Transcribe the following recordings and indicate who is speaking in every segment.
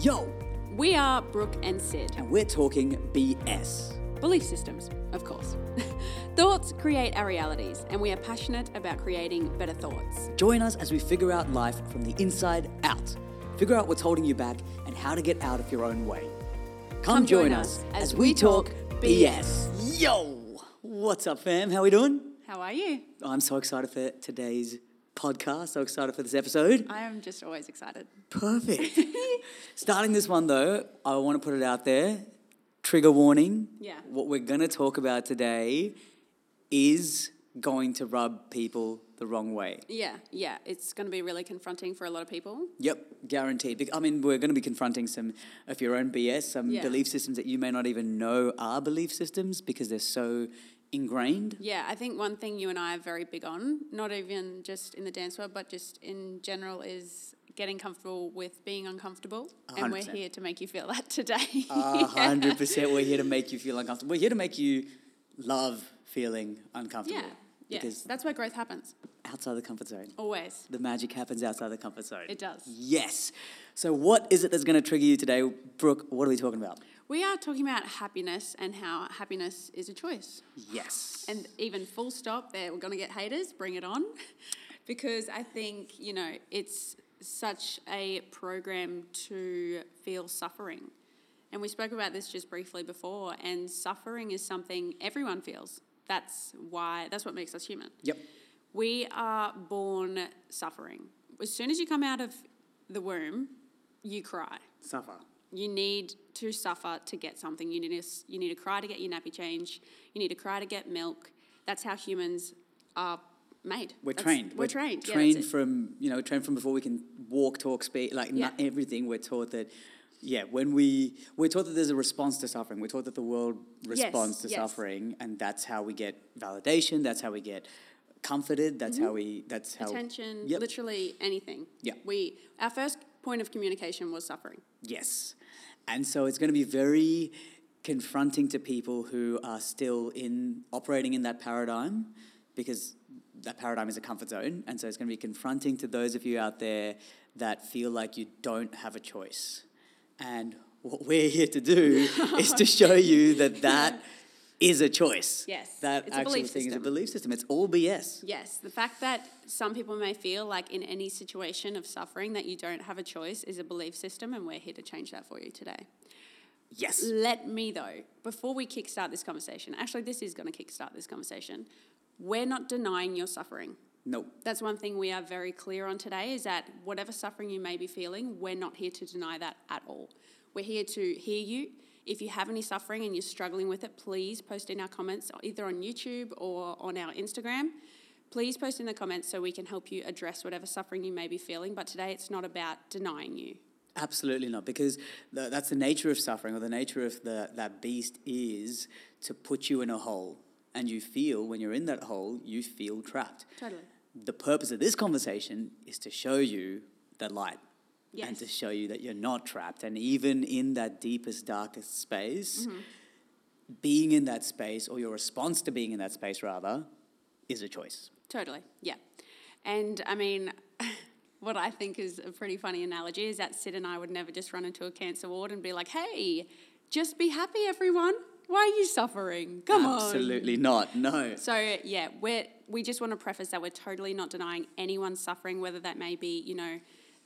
Speaker 1: Yo,
Speaker 2: We are Brooke and Sid.
Speaker 1: and we're talking BS.
Speaker 2: Belief systems, of course. thoughts create our realities, and we are passionate about creating better thoughts.
Speaker 1: Join us as we figure out life from the inside out. Figure out what's holding you back and how to get out of your own way. Come, join, us as, we talk BS. Yo, what's up, fam? How we doing?
Speaker 2: How are you?
Speaker 1: I'm so excited for today's podcast. So excited for this episode.
Speaker 2: I am just always excited.
Speaker 1: Perfect. Starting this one though, I want to put it out there. Trigger warning.
Speaker 2: Yeah.
Speaker 1: What we're going to talk about today is going to rub people the wrong way.
Speaker 2: Yeah, yeah. It's going to be really confronting for a lot of people.
Speaker 1: Yep, guaranteed. Bec- I mean, we're going to be confronting some of your own BS, some
Speaker 2: Yeah.
Speaker 1: belief systems that you may not even know are belief systems because they're so ingrained.
Speaker 2: Yeah, I think one thing you and I are very big on, not even just in the dance world, but just in general, is getting comfortable with being uncomfortable. And we're
Speaker 1: 100%.
Speaker 2: here to make you feel that today.
Speaker 1: A hundred percent. We're here to make you feel uncomfortable. We're here to make you love feeling uncomfortable.
Speaker 2: yeah, yeah.
Speaker 1: Because
Speaker 2: That's where growth happens,
Speaker 1: outside the comfort zone,
Speaker 2: always.
Speaker 1: the magic happens outside the comfort zone.
Speaker 2: It does.
Speaker 1: Yes. So, what is it that's going to trigger you today, Brooke? What are we talking about?
Speaker 2: We are talking about happiness and how happiness is a choice.
Speaker 1: Yes.
Speaker 2: And even full stop, there we're going to get haters, bring it on. because I think, you know, it's such a program to feel suffering. And we spoke about this just briefly before, and suffering is something everyone feels. That's why, that's what makes us human.
Speaker 1: yep.
Speaker 2: We are born suffering. As soon as you come out of the womb, you cry.
Speaker 1: Suffer.
Speaker 2: You need to suffer to get something. You need to, s- you need to cry to get your nappy change. You need to cry to get milk. That's how humans are made.
Speaker 1: We're
Speaker 2: That's-
Speaker 1: trained.
Speaker 2: We're, trained. Yeah,
Speaker 1: Trained
Speaker 2: that's it.
Speaker 1: from you know, trained from before we can walk, talk, speak, like not
Speaker 2: Yeah.
Speaker 1: everything. We're taught that. Yeah, when we we're taught that there's a response to suffering. We're taught that the world responds to
Speaker 2: yes.
Speaker 1: suffering, and that's how we get validation. That's how we get comforted. That's how we. That's how
Speaker 2: Mm-hmm. attention,
Speaker 1: Yep.
Speaker 2: literally anything.
Speaker 1: Yeah.
Speaker 2: We our first point of communication was suffering.
Speaker 1: Yes. And so it's going to be very confronting to people who are still in operating in that paradigm because that paradigm is a comfort zone. And so it's going to be confronting to those of you out there that feel like you don't have a choice. And what we're here to do is to show you that that is a choice.
Speaker 2: Yes.
Speaker 1: That
Speaker 2: It's a
Speaker 1: actual thing
Speaker 2: belief
Speaker 1: is a
Speaker 2: system.
Speaker 1: belief system. It's all BS.
Speaker 2: Yes, the fact that some people may feel like in any situation of suffering that you don't have a choice is a belief system, and we're here to change that for you today.
Speaker 1: Yes.
Speaker 2: Let me though, before we kickstart this conversation, actually, this is going to kickstart this conversation. We're not denying your suffering.
Speaker 1: No.
Speaker 2: That's one thing we are very clear on today is that whatever suffering you may be feeling, we're not here to deny that at all. We're here to hear you. If you have any suffering and you're struggling with it, please post in our comments either on YouTube or on our Instagram. Please post in the comments so we can help you address whatever suffering you may be feeling. But today it's not about denying you.
Speaker 1: Absolutely not, because th that's the nature of suffering, or the nature of the, that beast is to put you in a hole. And you feel, when you're in that hole, you feel trapped.
Speaker 2: Totally.
Speaker 1: The purpose of this conversation is to show you the light and
Speaker 2: Yes.
Speaker 1: to show you that you're not trapped. And even in that deepest, darkest space,
Speaker 2: Mm-hmm.
Speaker 1: being in that space, or your response to being in that space, rather, is a choice.
Speaker 2: Totally, yeah. And I mean, what I think is a pretty funny analogy is that Sid and I would never just run into a cancer ward and be like, hey, just be happy, everyone. Why are you suffering? Come on.
Speaker 1: Absolutely not, no.
Speaker 2: So, yeah, we're, we just want to preface that we're totally not denying anyone's suffering, whether that may be, you know,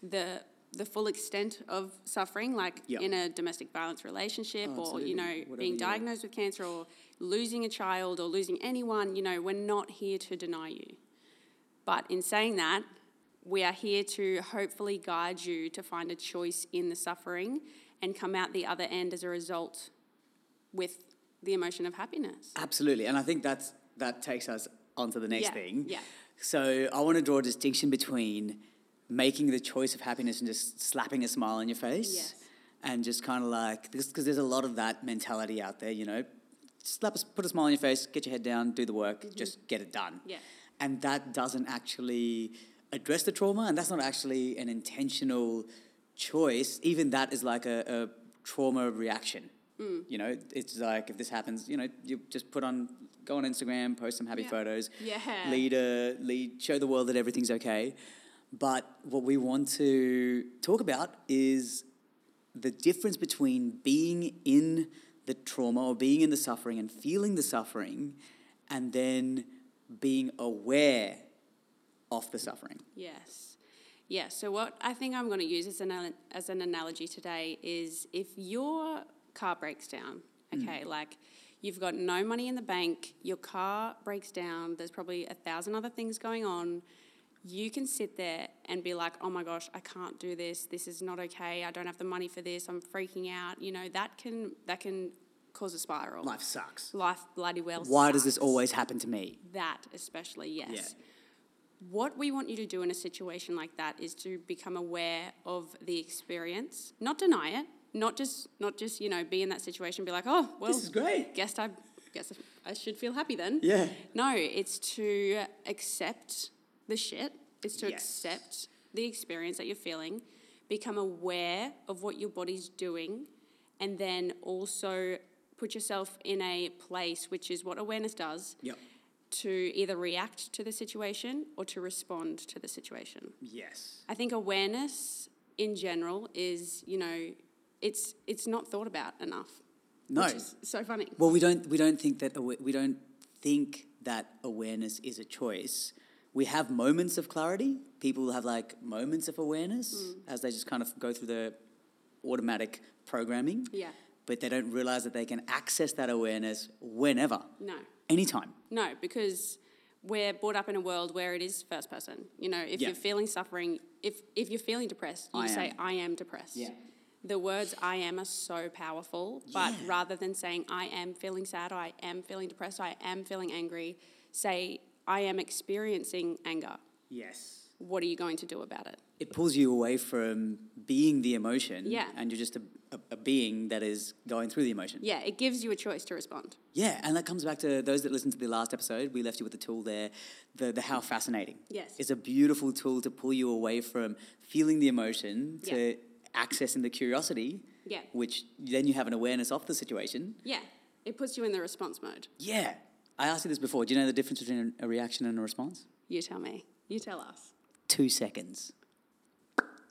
Speaker 2: the the full extent of suffering, like
Speaker 1: Yeah.
Speaker 2: in a domestic violence relationship
Speaker 1: Oh,
Speaker 2: or, you
Speaker 1: absolutely.
Speaker 2: know,
Speaker 1: Whatever
Speaker 2: being
Speaker 1: you-
Speaker 2: diagnosed with cancer or losing a child or losing anyone, you know, we're not here to deny you. But in saying that, we are here to hopefully guide you to find a choice in the suffering and come out the other end as a result with the emotion of happiness.
Speaker 1: Absolutely, and I think that's that takes us onto the next
Speaker 2: Yeah,
Speaker 1: thing.
Speaker 2: yeah.
Speaker 1: So I want to draw a distinction between making the choice of happiness and just slapping a smile on your face,
Speaker 2: Yes.
Speaker 1: and just kind of like because there's a lot of that mentality out there. You know, slap, a s put a smile on your face, get your head down, do the work, just get it done.
Speaker 2: Mm-hmm. Yeah.
Speaker 1: And that doesn't actually address the trauma, and that's not actually an intentional choice. Even that is like a, a trauma reaction.
Speaker 2: Mm.
Speaker 1: You know, it's like if this happens, you know, you just put on, go on Instagram, post some happy
Speaker 2: Yeah.
Speaker 1: photos,
Speaker 2: Yeah.
Speaker 1: lead a lead, show the world that everything's okay. But what we want to talk about is the difference between being in the trauma or being in the suffering and feeling the suffering and then being aware of the suffering.
Speaker 2: Yes. Yeah. So what I think I'm going to use as an al- as an analogy today is if your car breaks down,
Speaker 1: Hmm.
Speaker 2: okay, like you've got no money in the bank, your car breaks down, there's probably a thousand other things going on. You can sit there and be like, "Oh my gosh, I can't do this. This is not okay. I don't have the money for this. I'm freaking out." You know, that can that can cause a spiral.
Speaker 1: Life sucks.
Speaker 2: Life bloody well.
Speaker 1: Why does this
Speaker 2: sucks.
Speaker 1: always happen to me?
Speaker 2: That especially, yes. What we want you to do in a situation like that is to become aware of the experience, not deny it, not just not just you know be in that situation, and be like, oh well,
Speaker 1: This is great.
Speaker 2: guess I guess I should feel happy then.
Speaker 1: Yeah.
Speaker 2: No, it's to accept the shit. It's to
Speaker 1: Yes.
Speaker 2: accept the experience that you're feeling, become aware of what your body's doing, and then also put yourself in a place which is what awareness does
Speaker 1: Yep.
Speaker 2: to either react to the situation or to respond to the situation.
Speaker 1: Yes.
Speaker 2: I think awareness in general is, you know, it's it's not thought about enough.
Speaker 1: No.
Speaker 2: Which is so funny.
Speaker 1: Well, we don't we don't think that awa- we don't think that awareness is a choice. We have moments of clarity. People have like moments of awareness as they just kind of go through the automatic programming.
Speaker 2: Yeah.
Speaker 1: But they don't realize that they can access that awareness whenever,
Speaker 2: No.
Speaker 1: anytime.
Speaker 2: No, because we're brought up in a world where it is first person. You know, if
Speaker 1: Yeah.
Speaker 2: you're feeling suffering, if if you're feeling depressed, you
Speaker 1: I
Speaker 2: say
Speaker 1: am.
Speaker 2: I am depressed.
Speaker 1: Yeah.
Speaker 2: The words I am are so powerful, but
Speaker 1: Yeah.
Speaker 2: rather than saying I am feeling sad or I am feeling depressed, or, I am feeling angry, say I am experiencing anger.
Speaker 1: Yes.
Speaker 2: What are you going to do about it?
Speaker 1: It pulls you away from being the emotion.
Speaker 2: Yeah.
Speaker 1: And you're just a, a, a being that is going through the emotion.
Speaker 2: Yeah, it gives you a choice to respond.
Speaker 1: Yeah, and that comes back to those that listened to the last episode. We left you with a tool there, the, the how fascinating.
Speaker 2: Yes.
Speaker 1: It's a beautiful tool to pull you away from feeling the emotion to
Speaker 2: Yeah.
Speaker 1: accessing the curiosity,
Speaker 2: Yeah.
Speaker 1: which then you have an awareness of the situation.
Speaker 2: Yeah, it puts you in the response mode.
Speaker 1: Yeah. I asked you this before. Do you know the difference between a reaction and a response?
Speaker 2: You tell me. You tell us.
Speaker 1: two seconds.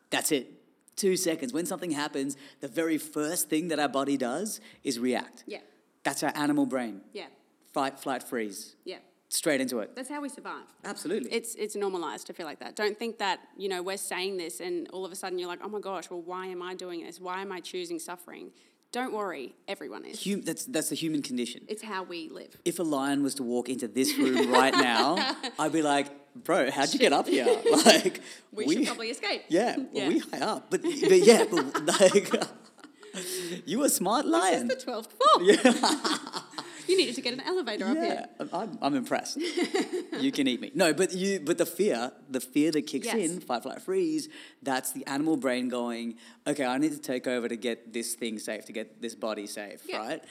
Speaker 1: That's it. Two seconds. When something happens, the very first thing that our body does is react.
Speaker 2: Yeah.
Speaker 1: That's our animal brain.
Speaker 2: Yeah.
Speaker 1: Fight, flight, freeze.
Speaker 2: Yeah.
Speaker 1: Straight into it.
Speaker 2: That's how we survive.
Speaker 1: Absolutely.
Speaker 2: It's it's normalized to feel like that. Don't think that, you know, we're saying this and all of a sudden you're like, "Oh my gosh, well why am I doing this? Why am I choosing suffering?" Don't worry, everyone is.
Speaker 1: Hum- that's, that's the human condition.
Speaker 2: It's how we live.
Speaker 1: If a lion was to walk into this room right now, I'd be like, bro, how'd you get up here? Like,
Speaker 2: We, should probably escape.
Speaker 1: Yeah,
Speaker 2: yeah.
Speaker 1: we high up. But, but yeah, but like, you a smart
Speaker 2: This is
Speaker 1: lion.
Speaker 2: the 12th floor. you needed to get an elevator up
Speaker 1: Yeah,
Speaker 2: here.
Speaker 1: I'm- I'm, I'm impressed. you can eat me. No, but you, but the fear, the fear that kicks
Speaker 2: Yes.
Speaker 1: in, fight, flight, freeze. That's the animal brain going. Okay, I need to take over to get this thing safe, to get this body safe,
Speaker 2: Yeah.
Speaker 1: right?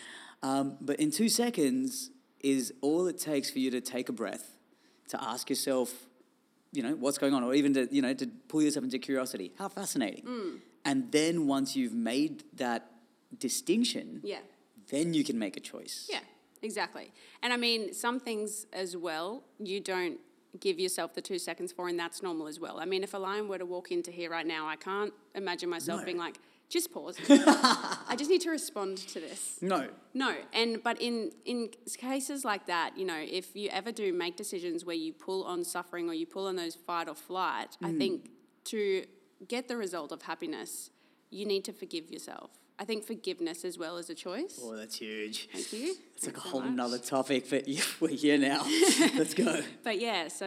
Speaker 1: Um, but in two seconds is all it takes for you to take a breath, to ask yourself, you know, what's going on, or even to you know to pull yourself into curiosity. How fascinating!
Speaker 2: Mm.
Speaker 1: And then once you've made that distinction,
Speaker 2: Yeah.
Speaker 1: then you can make a choice.
Speaker 2: Yeah, exactly. And I mean, some things as well, you don't give yourself the two seconds for, and that's normal as well. I mean, if a lion were to walk into here right now, I can't imagine myself
Speaker 1: No.
Speaker 2: being like, just pause. I just need to respond to this.
Speaker 1: No,
Speaker 2: No, and but in in cases like that, you know, if you ever do make decisions where you pull on suffering or you pull on those fight or flight,
Speaker 1: Mm.
Speaker 2: I think to get the result of happiness, you need to forgive yourself. I think forgiveness as well is a choice.
Speaker 1: Oh, that's huge.
Speaker 2: Thank you.
Speaker 1: It's like a
Speaker 2: Thanks so
Speaker 1: whole
Speaker 2: much.
Speaker 1: nother topic, but yeah, we're here now. Let's go.
Speaker 2: But yeah, so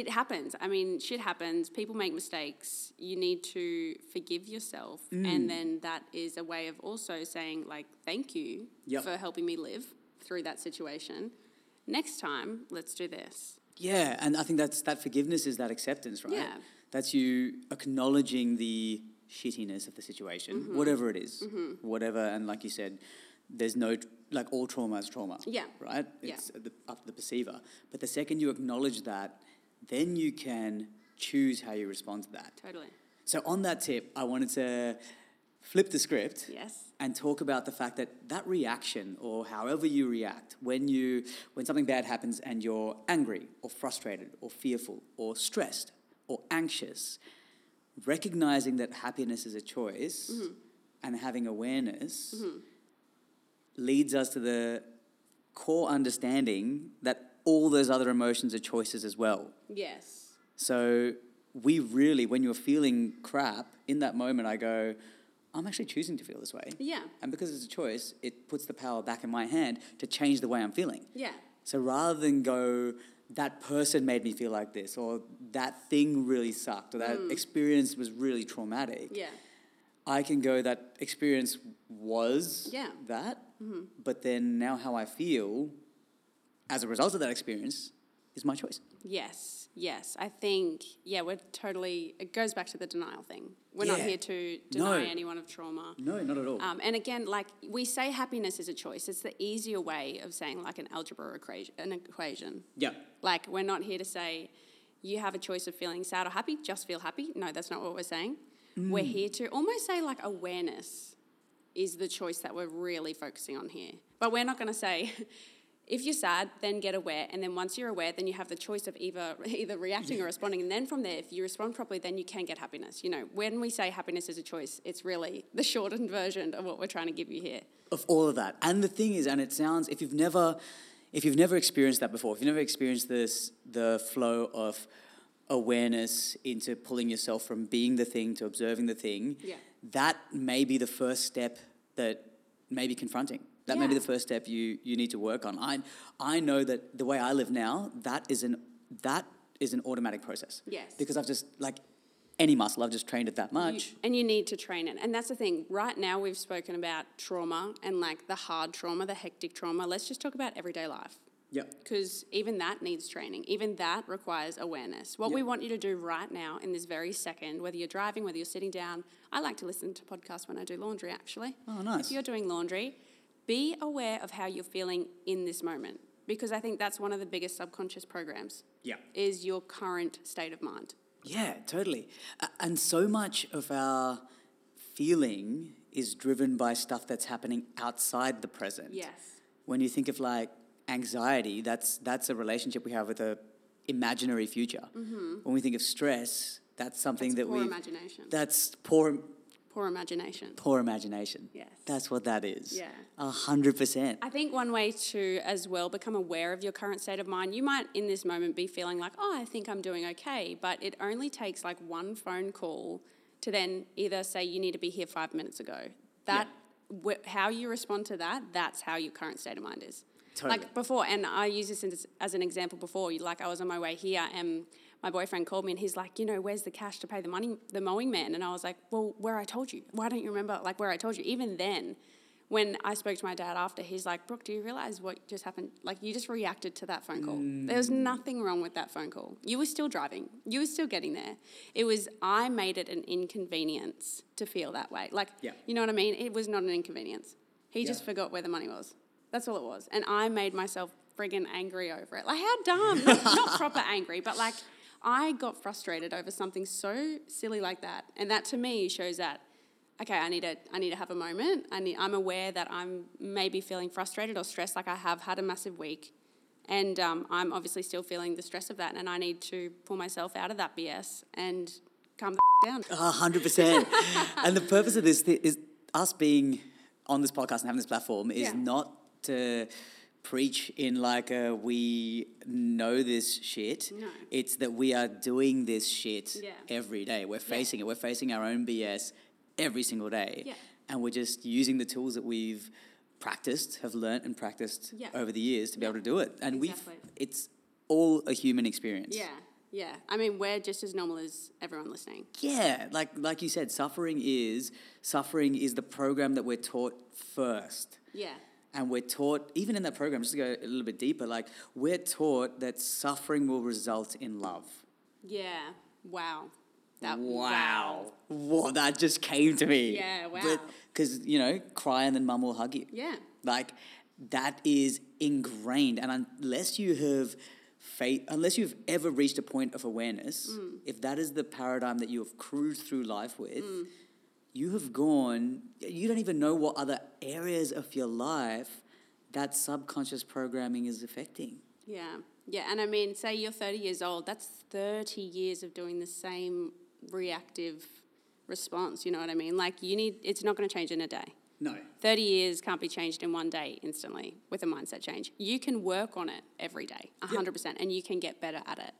Speaker 2: it happens. I mean, shit happens. People make mistakes. You need to forgive yourself.
Speaker 1: Mm.
Speaker 2: And then that is a way of also saying, like, thank you
Speaker 1: Yep.
Speaker 2: for helping me live through that situation. Next time, let's do this.
Speaker 1: Yeah, and I think that's that forgiveness is that acceptance, right?
Speaker 2: Yeah.
Speaker 1: That's you acknowledging the shittiness of the situation,
Speaker 2: Mm-hmm.
Speaker 1: whatever it is, whatever. And like you said, there's no like all trauma is trauma.
Speaker 2: Yeah.
Speaker 1: Right.
Speaker 2: Yeah.
Speaker 1: It's the, up to the perceiver. But the second you acknowledge that, then you can choose how you respond to that.
Speaker 2: Totally.
Speaker 1: So on that tip, I wanted to flip the script.
Speaker 2: Yes.
Speaker 1: and talk about the fact that that reaction or however you react when you when something bad happens and you're angry or frustrated or fearful or stressed or anxious recognizing that happiness is a choice and having awareness leads us to the core understanding that all those other emotions are choices as well.
Speaker 2: Yes.
Speaker 1: So we really, when you're feeling crap in that moment, I go, I'm actually choosing to feel this way.
Speaker 2: Yeah.
Speaker 1: And because it's a choice, it puts the power back in my hand to change the way I'm feeling.
Speaker 2: Yeah.
Speaker 1: So rather than go, that person made me feel like this, or that thing really sucked, or that experience was really traumatic,
Speaker 2: Mm. Yeah.
Speaker 1: I can go, that experience was
Speaker 2: Yeah. Mm-hmm.
Speaker 1: that, but then now how I feel as a result of that experience is my choice.
Speaker 2: Yes. Yes. I think, yeah, we're totally, it goes back to the denial thing. We're not
Speaker 1: Yeah.
Speaker 2: here to
Speaker 1: No.
Speaker 2: deny anyone of trauma.
Speaker 1: No, not at all.
Speaker 2: Um, and again, like we say, happiness is a choice. It's the easier way of saying like an algebra equation. An equation.
Speaker 1: yeah.
Speaker 2: Like we're not here to say you have a choice of feeling sad or happy. Just feel happy. No, that's not what we're saying. We're here to almost say like awareness is the choice that we're really focusing on here. But we're not going to say. If you're sad, then get aware, and then once you're aware, then you have the choice of either either reacting or responding, and then from there, if you respond properly, then you can get happiness. You know, when we say happiness is a choice, it's really the shortened version of what we're trying to give you here.
Speaker 1: of all of that. And the thing is, and it sounds if you've never if you've never experienced that before, if you've never experienced this the flow of awareness into pulling yourself from being the thing to observing the thing,
Speaker 2: Yeah.
Speaker 1: that may be the first step that may be confronting. That may be
Speaker 2: Yeah.
Speaker 1: the first step you you need to work on. I I know that the way I live now, that is an that is an automatic process.
Speaker 2: Yes.
Speaker 1: Because I've just like any muscle, I've just trained it that
Speaker 2: You-
Speaker 1: much.
Speaker 2: and you need to train it. And that's the thing. Right now, we've spoken about trauma and like the hard trauma, the hectic trauma. Let's just talk about everyday life
Speaker 1: Yep.
Speaker 2: because even that needs training. Even that requires awareness. What we
Speaker 1: Yeah.
Speaker 2: want you to do right now in this very second, whether you're driving, whether you're sitting down, I like to listen to podcasts when I do laundry actually.
Speaker 1: Oh, nice.
Speaker 2: If you're doing laundry, be aware of how you're feeling in this moment because I think that's one of the biggest subconscious programs.
Speaker 1: Yeah.
Speaker 2: Is your current state of mind.
Speaker 1: Yeah, totally. A- And so much of our feeling is driven by stuff that's happening outside the present.
Speaker 2: Yes.
Speaker 1: When you think of like anxiety, that's that's a relationship we have with a imaginary future. When we think of stress, that's something
Speaker 2: Mm-hmm. That's
Speaker 1: that
Speaker 2: poor
Speaker 1: we
Speaker 2: imagination.
Speaker 1: that's poor
Speaker 2: poor imagination.
Speaker 1: poor imagination.
Speaker 2: Yes.
Speaker 1: That's what that is.
Speaker 2: Yeah.
Speaker 1: A hundred percent.
Speaker 2: I think one way to as well become aware of your current state of mind, you might in this moment be feeling like, oh, I think I'm doing okay, but it only takes like one phone call to then either say you need to be here five minutes ago. That wh- how you respond to that, that's how your current state of mind is.
Speaker 1: Totally.
Speaker 2: Like before, and I use this as, as an example before. you- Like I was on my way here, and my boyfriend called me, and he's like, "You know, where's the cash to pay the money, the mowing man?" And I was like, "Well, where I told you. Why don't you remember? Like where I told you." Even then, when I spoke to my dad after, he's like, "Brooke, do you realize what just happened? Like you just reacted to that phone call.
Speaker 1: Mm.
Speaker 2: There was nothing wrong with that phone call. You were still driving. You were still getting there. It was I made it an inconvenience to feel that way. Like,
Speaker 1: Yeah.
Speaker 2: you know what I mean? It was not an inconvenience. He just
Speaker 1: Yeah.
Speaker 2: forgot where the money was. That's all it was. And I made myself friggin' angry over it. Like, how dumb. not, not proper angry, but like, I got frustrated over something so silly like that. And that to me shows that, okay, I need to, I need to have a moment. I need, I'm aware that I'm maybe feeling frustrated or stressed, like I have had a massive week. And um, I'm obviously still feeling the stress of that. And I need to pull myself out of that BS and calm the down.
Speaker 1: A hundred percent. And the purpose of this thi- is us being on this podcast and having this platform is
Speaker 2: Yeah.
Speaker 1: not to preach in like a we know this shit.
Speaker 2: No.
Speaker 1: It's that we are doing this shit
Speaker 2: Yeah.
Speaker 1: every day. We're facing it. We're facing our own BS every single day.
Speaker 2: Yeah.
Speaker 1: And we're just using the tools that we've practiced, have learnt and practiced
Speaker 2: Yeah.
Speaker 1: over the years to be able to do it. And
Speaker 2: Exactly.
Speaker 1: we've it's all a human experience.
Speaker 2: Yeah, yeah. I mean, we're just as normal as everyone listening.
Speaker 1: Yeah, like like you said, suffering is suffering is the program that we're taught first.
Speaker 2: Yeah,
Speaker 1: And we're taught, even in that program, just to go a little bit deeper, like we're taught that suffering will result in love.
Speaker 2: yeah. Wow. That
Speaker 1: Wow, that just came to me.
Speaker 2: Yeah, wow.
Speaker 1: Because, you know, cry and then mum will hug you.
Speaker 2: Yeah.
Speaker 1: Like that is ingrained, and unless you have faith, unless you've ever reached a point of awareness,
Speaker 2: Mm.
Speaker 1: if that is the paradigm that you have cruised through life with,
Speaker 2: Mm.
Speaker 1: you have gone. You don't even know what other areas of your life that subconscious programming is affecting.
Speaker 2: Yeah, yeah. And I mean, say you're 30 years old. That's 30 years of doing the same reactive response. You know what I mean? Like you need. It's not going to change in a day.
Speaker 1: No.
Speaker 2: 30 years can't be changed in one day instantly with a mindset change. You can work on it every day, 100%, and you can get better at it.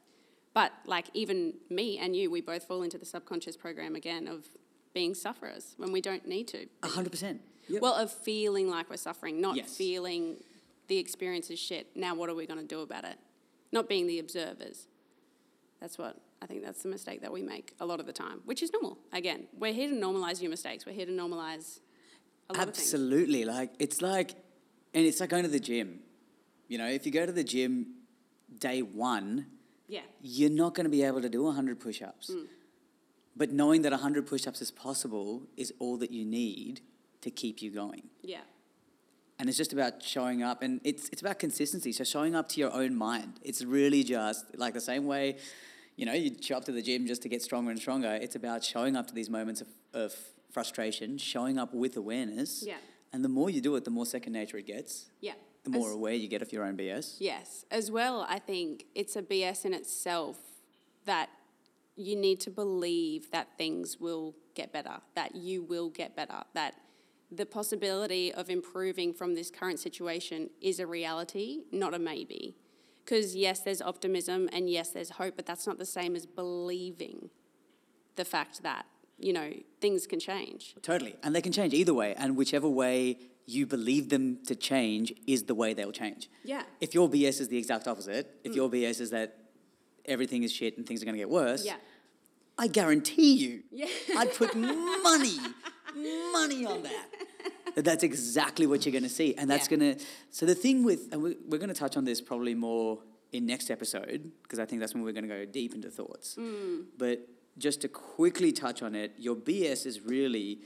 Speaker 2: But like even me and you, we both fall into the subconscious program again of being sufferers when we don't need to.
Speaker 1: A hundred percent. Yep.
Speaker 2: Well, of feeling like we're suffering, not
Speaker 1: Yes.
Speaker 2: feeling the experience is shit. Now, what are we going to do about it? Not being the observers. That's what I think that's the mistake that we make a lot of the time, which is normal. Again, we're here to normalize your mistakes. We're here to normalize a lot of things.
Speaker 1: Absolutely. Like it's like and it's like going to the gym. You know, if you go to the gym day one,
Speaker 2: Yeah.
Speaker 1: you're not going to be able to do 100 push ups. But knowing that 100 push ups is possible is all that you need to keep you going.
Speaker 2: Yeah.
Speaker 1: And it's just about showing up and it's, it's about consistency. So showing up to your own mind. It's really just like the same way, you know, you show up to the gym just to get stronger and stronger. It's about showing up to these moments of, of frustration, showing up with awareness.
Speaker 2: Yeah.
Speaker 1: And the more you do it, the more second nature it gets,
Speaker 2: Yeah.
Speaker 1: the more
Speaker 2: As-
Speaker 1: aware you get of your own BS.
Speaker 2: Yes. As well, I think it's a BS in itself that you need to believe that things will get better, that you will get better, that the possibility of improving from this current situation is a reality, not a maybe. Because, yes, there's optimism and yes, there's hope, but that's not the same as believing the fact that, you know, things can change.
Speaker 1: Totally. And they can change either way. And whichever way you believe them to change is the way they'll change.
Speaker 2: Yeah. Mm.
Speaker 1: If your BS is the exact opposite, if your BS is that everything is shit and things are going to get worse,
Speaker 2: Yeah.
Speaker 1: I guarantee you,
Speaker 2: Yeah.
Speaker 1: I'd put money, money on that. That that's exactly what you're going to see. And that's
Speaker 2: Yeah.
Speaker 1: going to, so the thing with, and we, we're going to touch on this probably more in next episode, because I think that's when we're going to go deep into thoughts.
Speaker 2: Mm.
Speaker 1: But just to quickly touch on it, your BS is really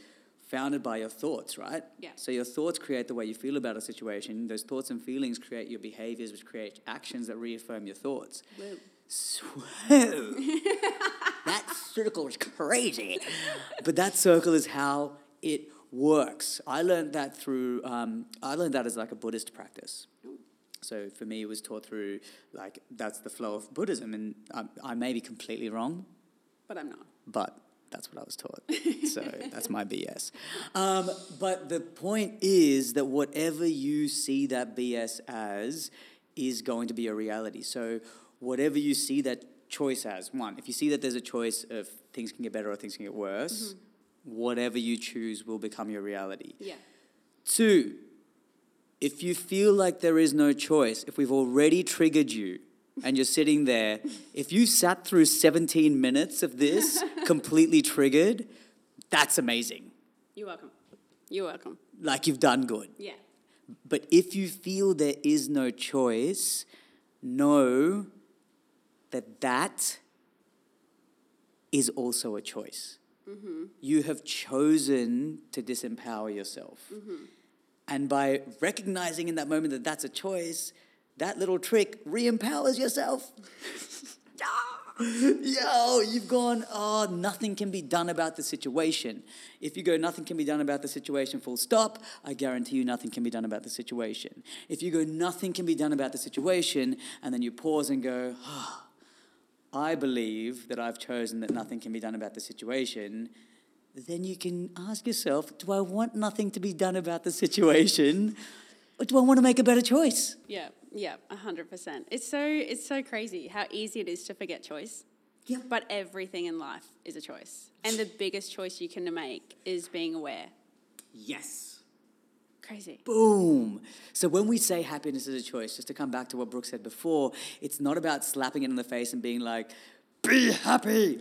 Speaker 1: founded by your thoughts, right?
Speaker 2: Yeah.
Speaker 1: So your thoughts create the way you feel about a situation. Those thoughts and feelings create your behaviors, which create actions that reaffirm your thoughts.
Speaker 2: Whoa.
Speaker 1: So, that circle is crazy. But that circle is how it works. I learned that through, um, I learned that as like a Buddhist practice. So for me, it was taught through, like, that's the flow of Buddhism. And I, I may be completely wrong,
Speaker 2: But I'm not.
Speaker 1: but that's what I was taught. So that's my BS. Um, but the point is that whatever you see that BS as is going to be a reality. So whatever you see that choice as, one, if you see that there's a choice of things can get better or things can get worse, whatever you choose will become your reality.
Speaker 2: Yeah.
Speaker 1: Two, if you feel like there is no choice, if we've already triggered you and you're sitting there, if you sat through 17 minutes of this completely triggered, that's amazing.
Speaker 2: You're welcome. You're welcome.
Speaker 1: Like you've done good.
Speaker 2: Yeah.
Speaker 1: But if you feel there is no choice, know that that is also a choice. You have chosen to disempower yourself. And by recognizing in that moment that that's a choice, that little trick re empowers yourself. Yo, you've gone, oh, nothing can be done about the situation. If you go, nothing can be done about the situation, full stop, I guarantee you nothing can be done about the situation. If you go, nothing can be done about the situation, and then you pause and go, "Ah, I believe that I've chosen that nothing can be done about the situation, then you can ask yourself, do I want nothing to be done about the situation? Or do I want to make a better choice?
Speaker 2: Yeah, yeah, a hundred percent. It's so it's so crazy how easy it is to forget choice.
Speaker 1: Yeah.
Speaker 2: But everything in life is a choice, and the biggest choice you can make is being aware.
Speaker 1: Yes.
Speaker 2: Crazy.
Speaker 1: Boom. So when we say happiness is a choice, just to come back to what Brooke said before, it's not about slapping it in the face and being like, be happy.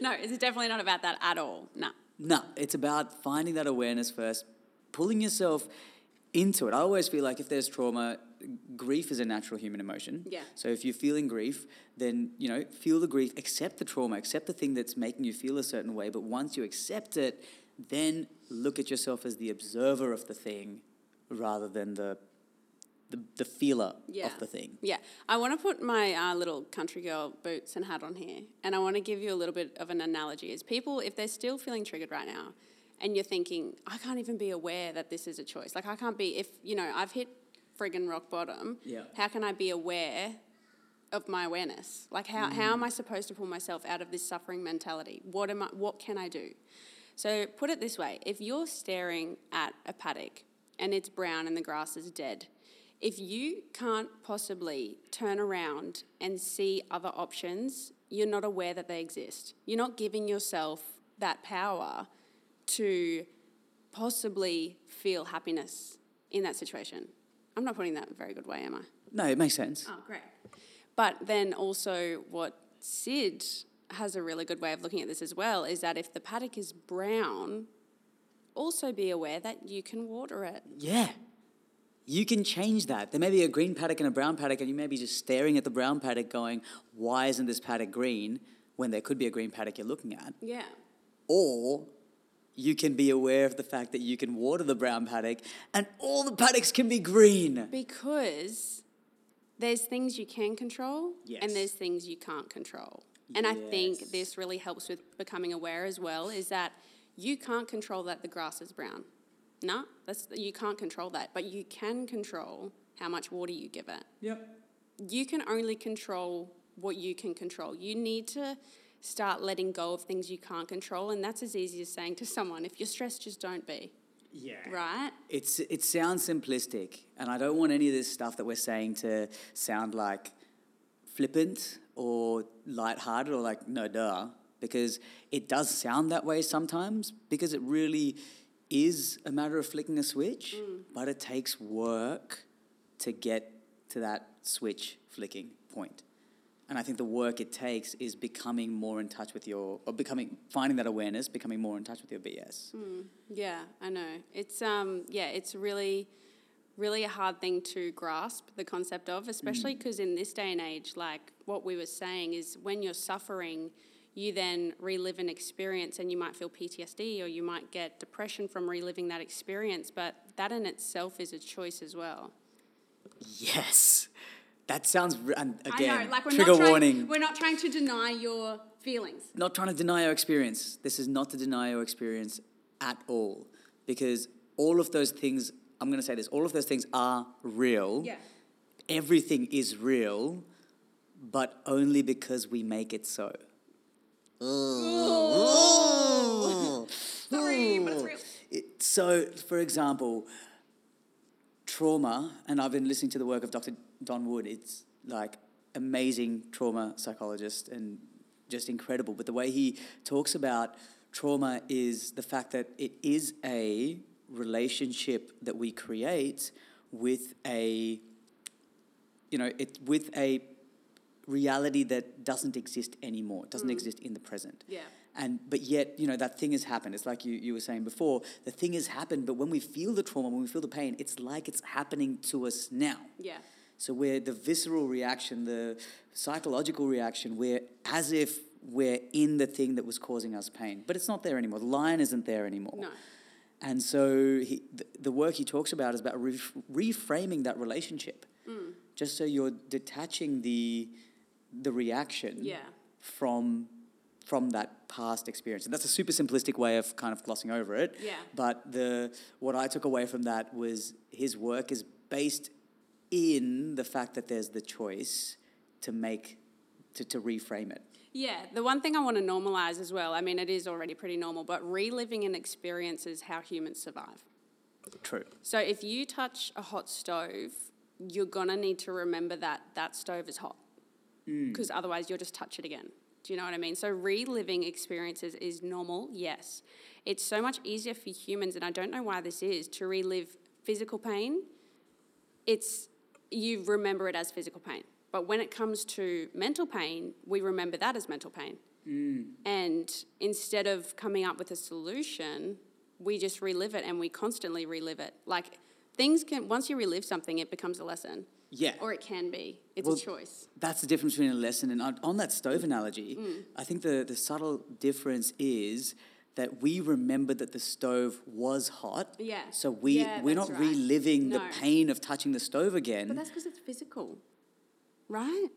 Speaker 2: No, it's definitely not about that at all. No.
Speaker 1: no, it's about finding that awareness first, pulling yourself into it. I always feel like if there's trauma, grief is a natural human emotion.
Speaker 2: Yeah.
Speaker 1: So if you're feeling grief, then, you know, feel the grief, accept the trauma, accept the thing that's making you feel a certain way. But once you accept it, then look at yourself as the observer of the thing rather than the the, the feeler
Speaker 2: Yeah.
Speaker 1: of the thing.
Speaker 2: Yeah, I want to put my uh, little country girl boots and hat on here, and I want to give you a little bit of an analogy. Is people, if they're still feeling triggered right now, and you're thinking, I can't even be aware that this is a choice. Like I can't be if you know I've hit friggin' rock bottom.
Speaker 1: Yeah.
Speaker 2: How can I be aware of my awareness. Like how, how am I supposed to pull myself out of this suffering mentality? What am I what can I do? So put it this way, if you're staring at a paddock and it's brown and the grass is dead, if you can't possibly turn around and see other options, you're not aware that they exist. You're not giving yourself that power to possibly feel happiness in that situation. I'm not putting that in a very good way, am I?
Speaker 1: No, it makes sense.
Speaker 2: Oh, great. But then also, what Sid has a really good way of looking at this as well is that if the paddock is brown, also be aware that you can water it.
Speaker 1: Yeah. You can change that. There may be a green paddock and a brown paddock, and you may be just staring at the brown paddock going, why isn't this paddock green when there could be a green paddock you're looking at?
Speaker 2: Yeah.
Speaker 1: Or you can be aware of the fact that you can water the brown paddock and all the paddocks can be green.
Speaker 2: Because there's things you can control
Speaker 1: Yes.
Speaker 2: and there's things you can't control. And I
Speaker 1: Yes.
Speaker 2: think this really helps with becoming aware as well is that you can't control that the grass is brown. No, that's you can't control that, but you can control how much water you give it.
Speaker 1: Yep.
Speaker 2: you can only control what you can control. You need to start letting go of things you can't control, and that's as easy as saying to someone, if you're stressed, just don't be,
Speaker 1: Yeah.
Speaker 2: right?
Speaker 1: It's, it sounds simplistic, and I don't want any of this stuff that we're saying to sound like flippant or lighthearted or like, no, duh, because it does sound that way sometimes because it really is a matter of flicking a switch, but it takes work to get to that switch flicking point. And I think the work it takes is becoming more in touch with your, or becoming, finding that awareness, becoming more in touch with your BS.
Speaker 2: Yeah, I know. It's um yeah, it's really really a hard thing to grasp the concept of, especially because in this day and age, like what we were saying is when you're suffering, you then relive an experience and you might feel PTSD or you might get depression from reliving that experience, but that in itself is a choice as well.
Speaker 1: Yes. That sounds, r- and
Speaker 2: I
Speaker 1: again,
Speaker 2: know, like we're
Speaker 1: trigger
Speaker 2: not trying,
Speaker 1: warning.
Speaker 2: We're not trying to deny your feelings.
Speaker 1: Not trying to deny your experience. This is not to deny your experience at all. Because all of those things, I'm going to say this, all of those things are real. Everything is real, but only because we make it so.
Speaker 2: Sorry, but it's real.
Speaker 1: It, so, for example, trauma, and I've been listening to the work of Dr. Don Wood. It's like amazing trauma psychologist and just incredible. But the way he talks about trauma is the fact that it is a relationship that we create with a you know, it with a reality that doesn't exist anymore, it doesn't exist in the present.
Speaker 2: Yeah.
Speaker 1: And but yet, you know, that thing has happened. It's like you, you were saying before, the thing has happened, but when we feel the trauma, when we feel the pain, it's like it's happening to us now.
Speaker 2: Yeah.
Speaker 1: So we're the visceral reaction, the psychological reaction, we're as if we're in the thing that was causing us pain. But it's not there anymore. The lion isn't there anymore.
Speaker 2: No.
Speaker 1: And so he, th- the work he talks about is about ref reframing that relationship.
Speaker 2: Mm.
Speaker 1: Just so you're detaching the, the reaction
Speaker 2: Yeah.
Speaker 1: from, from that past experience. And that's a super simplistic way of kind of glossing over it.
Speaker 2: Yeah.
Speaker 1: But the, what I took away from that was his work is based in the fact that there's the choice to make, to, to reframe it.
Speaker 2: Yeah. The one thing I want to normalize as well, I mean, it is already pretty normal, but reliving an experience is how humans survive.
Speaker 1: True.
Speaker 2: So if you touch a hot stove, you're going to need to remember that that stove is hot because otherwise you'll just touch it again. Do you know what I mean? So reliving experiences is normal, yes. It's so much easier for humans, and I don't know why this is, to relive physical pain. It's you remember it as physical pain. But when it comes to mental pain, we remember that as mental pain. And instead of coming up with a solution, we just relive it and we constantly relive it. Like things can, once you relive something, it becomes a lesson.
Speaker 1: Yeah.
Speaker 2: Or it can be. It's
Speaker 1: Well,
Speaker 2: a choice.
Speaker 1: That's the difference between a lesson and on- on that stove analogy.
Speaker 2: Mm.
Speaker 1: I think the, the subtle difference is that we remember that the stove was hot.
Speaker 2: Yeah.
Speaker 1: So we
Speaker 2: Yeah,
Speaker 1: we're
Speaker 2: that's
Speaker 1: not
Speaker 2: right.
Speaker 1: reliving the
Speaker 2: No.
Speaker 1: pain of touching the stove again.
Speaker 2: But that's because it's physical, right?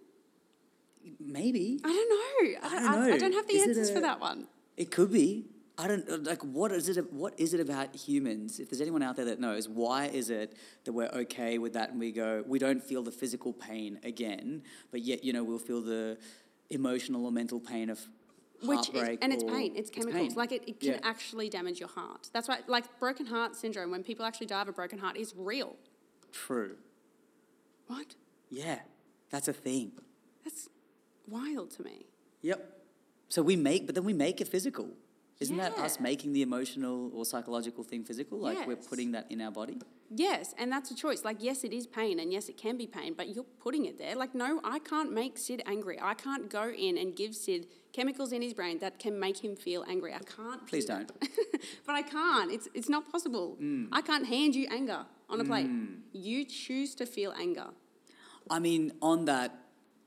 Speaker 1: Maybe
Speaker 2: I don't know. I,
Speaker 1: don't
Speaker 2: I, I
Speaker 1: know.
Speaker 2: don't have the
Speaker 1: Is it
Speaker 2: answers
Speaker 1: a-
Speaker 2: for that one.
Speaker 1: it could be. I don't like what is it. What is it about humans? If there's anyone out there that knows, why is it that we're okay with that and we go, we don't feel the physical pain again, but yet you know we'll feel the emotional or mental pain of
Speaker 2: Which is,
Speaker 1: heartbreak
Speaker 2: and it's
Speaker 1: or-
Speaker 2: pain, it's chemicals.
Speaker 1: pain.
Speaker 2: Like it, it can
Speaker 1: Yeah.
Speaker 2: actually damage your heart. That's why, like broken heart syndrome, when people actually die of a broken heart, is real.
Speaker 1: True.
Speaker 2: What?
Speaker 1: Yeah, that's a thing.
Speaker 2: That's wild to me.
Speaker 1: Yep. So we make, but then we make it physical. Isn't that us
Speaker 2: Yeah.
Speaker 1: making the emotional or psychological thing physical? Like we're
Speaker 2: Yes.
Speaker 1: putting that in our body.
Speaker 2: Yes, and that's a choice. Like, yes, it is pain, and yes, it can be pain, but you're putting it there. Like, no, I can't make Sid angry. I can't go in and give Sid chemicals in his brain that can make him feel angry. I can't.
Speaker 1: Please
Speaker 2: do
Speaker 1: don't. Mm.
Speaker 2: that. but I can't. It's it's not possible. I can't hand you anger on a plate. You choose to feel anger.
Speaker 1: I mean, on that,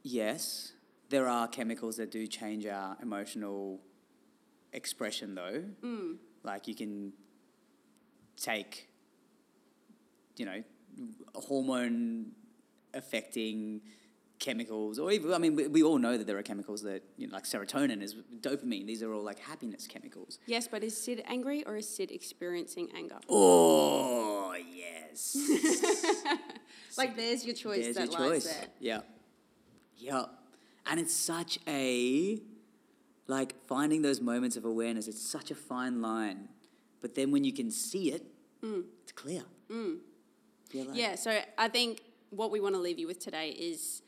Speaker 1: yes, there are chemicals that do change our emotional expression, though. Like you can take, you know, hormone affecting chemicals, or even, I mean, we, we all know that there are chemicals that, you know, like serotonin is dopamine, these are all like happiness chemicals.
Speaker 2: Yes, but is Sid angry or is Sid experiencing anger?
Speaker 1: Oh, yes.
Speaker 2: Like, there's your choice
Speaker 1: There's
Speaker 2: that
Speaker 1: your
Speaker 2: lies
Speaker 1: choice.
Speaker 2: there.
Speaker 1: Yeah. Yep. And it's such a like finding those moments of awareness, it's such a fine line. But then when you can see it, it's clear. Yeah, like-
Speaker 2: Mm. Yeah, so I think what we want to leave you with today is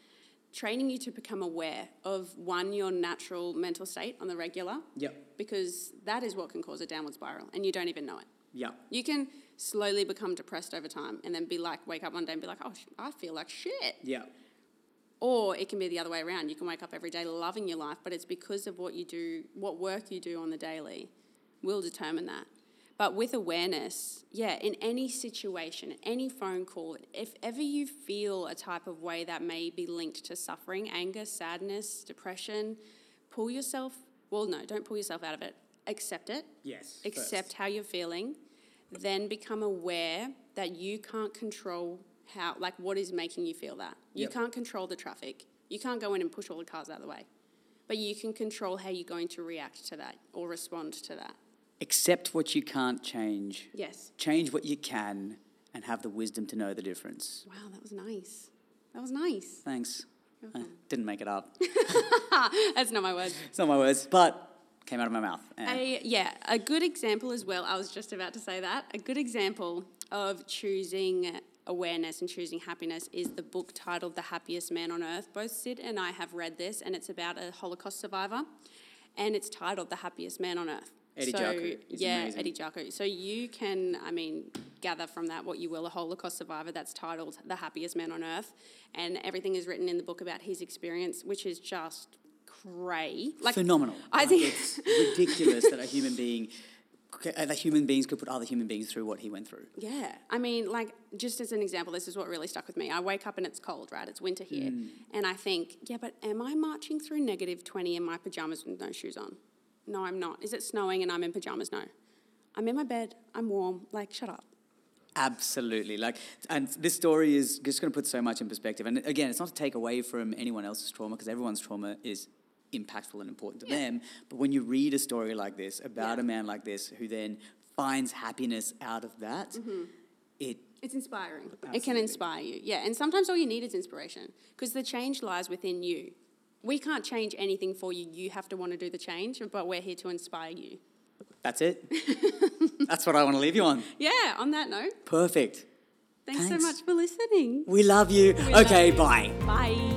Speaker 2: training you to become aware of one, your natural mental state on the regular,
Speaker 1: Yep.
Speaker 2: because that is what can cause a downward spiral and you don't even know it.
Speaker 1: Yep.
Speaker 2: You can slowly become depressed over time and then be like, wake up one day and be like, oh, sh- I feel like shit.
Speaker 1: Yep.
Speaker 2: Or it can be the other way around. You can wake up every day loving your life, but it's because of what you do, what work you do on the daily will determine that. But with awareness, yeah, in any situation, in any phone call, if ever you feel a type of way that may be linked to suffering, anger, sadness, depression, pull yourself, well, no, don't pull yourself out of it. Accept it
Speaker 1: Yes.
Speaker 2: accept how you're feeling, then become aware that you can't control how, like, what is making you feel that. You
Speaker 1: Yep.
Speaker 2: can't control the traffic. You can't go in and push all the cars out of the way. But you can control how you're going to react to that or respond to that.
Speaker 1: Accept what you can't change.
Speaker 2: Yes.
Speaker 1: Change what you can and have the wisdom to know the difference.
Speaker 2: Wow, that was nice. That was nice.
Speaker 1: Thanks. I didn't make it up.
Speaker 2: That's not my word.
Speaker 1: it's not my words, but came out of my mouth. And
Speaker 2: A, yeah, a good example as well. I was just about to say that. A good example of choosing awareness and choosing happiness is the book titled The Happiest Man on Earth. Both Sid and I have read this, and it's about a Holocaust survivor, and it's titled The Happiest Man on Earth.
Speaker 1: Eddie
Speaker 2: so,
Speaker 1: Jarku is
Speaker 2: yeah,
Speaker 1: amazing.
Speaker 2: Eddie Jarku. So you can, I mean, gather from that what you will. A Holocaust survivor that's titled The Happiest Man on Earth, and everything is written in the book about his experience, which is just cray. Like
Speaker 1: phenomenal.
Speaker 2: I
Speaker 1: Like,
Speaker 2: think
Speaker 1: it's ridiculous that a human being, uh, that human beings could put other human beings through what he went through.
Speaker 2: Yeah. I mean, like, just as an example, this is what really stuck with me. I wake up and it's cold, right? It's winter here.
Speaker 1: Mm.
Speaker 2: And I think, yeah, but am I marching through negative 20 in my pajamas with no shoes on? No, I'm not. Is it snowing and I'm in pajamas? No. I'm in my bed. I'm warm. Like, shut up.
Speaker 1: Absolutely. Like, and this story is just going to put so much in perspective. And again, it's not to take away from anyone else's trauma because everyone's trauma is impactful and important to
Speaker 2: Yeah.
Speaker 1: them. But when you read a story like this about
Speaker 2: Yeah.
Speaker 1: a man like this who then finds happiness out of that, it
Speaker 2: It's inspiring. It can
Speaker 1: Absolutely.
Speaker 2: inspire you. Yeah. And sometimes all you need is inspiration because the change lies within you. We can't change anything for you. You have to want to do the change, but we're here to inspire you.
Speaker 1: that's it. that's what I want to leave you on.
Speaker 2: Yeah. On that note,
Speaker 1: Perfect.
Speaker 2: thanks,
Speaker 1: Thanks.
Speaker 2: so much for listening.
Speaker 1: We love you.
Speaker 2: We
Speaker 1: okay,
Speaker 2: love
Speaker 1: bye.
Speaker 2: you. Bye.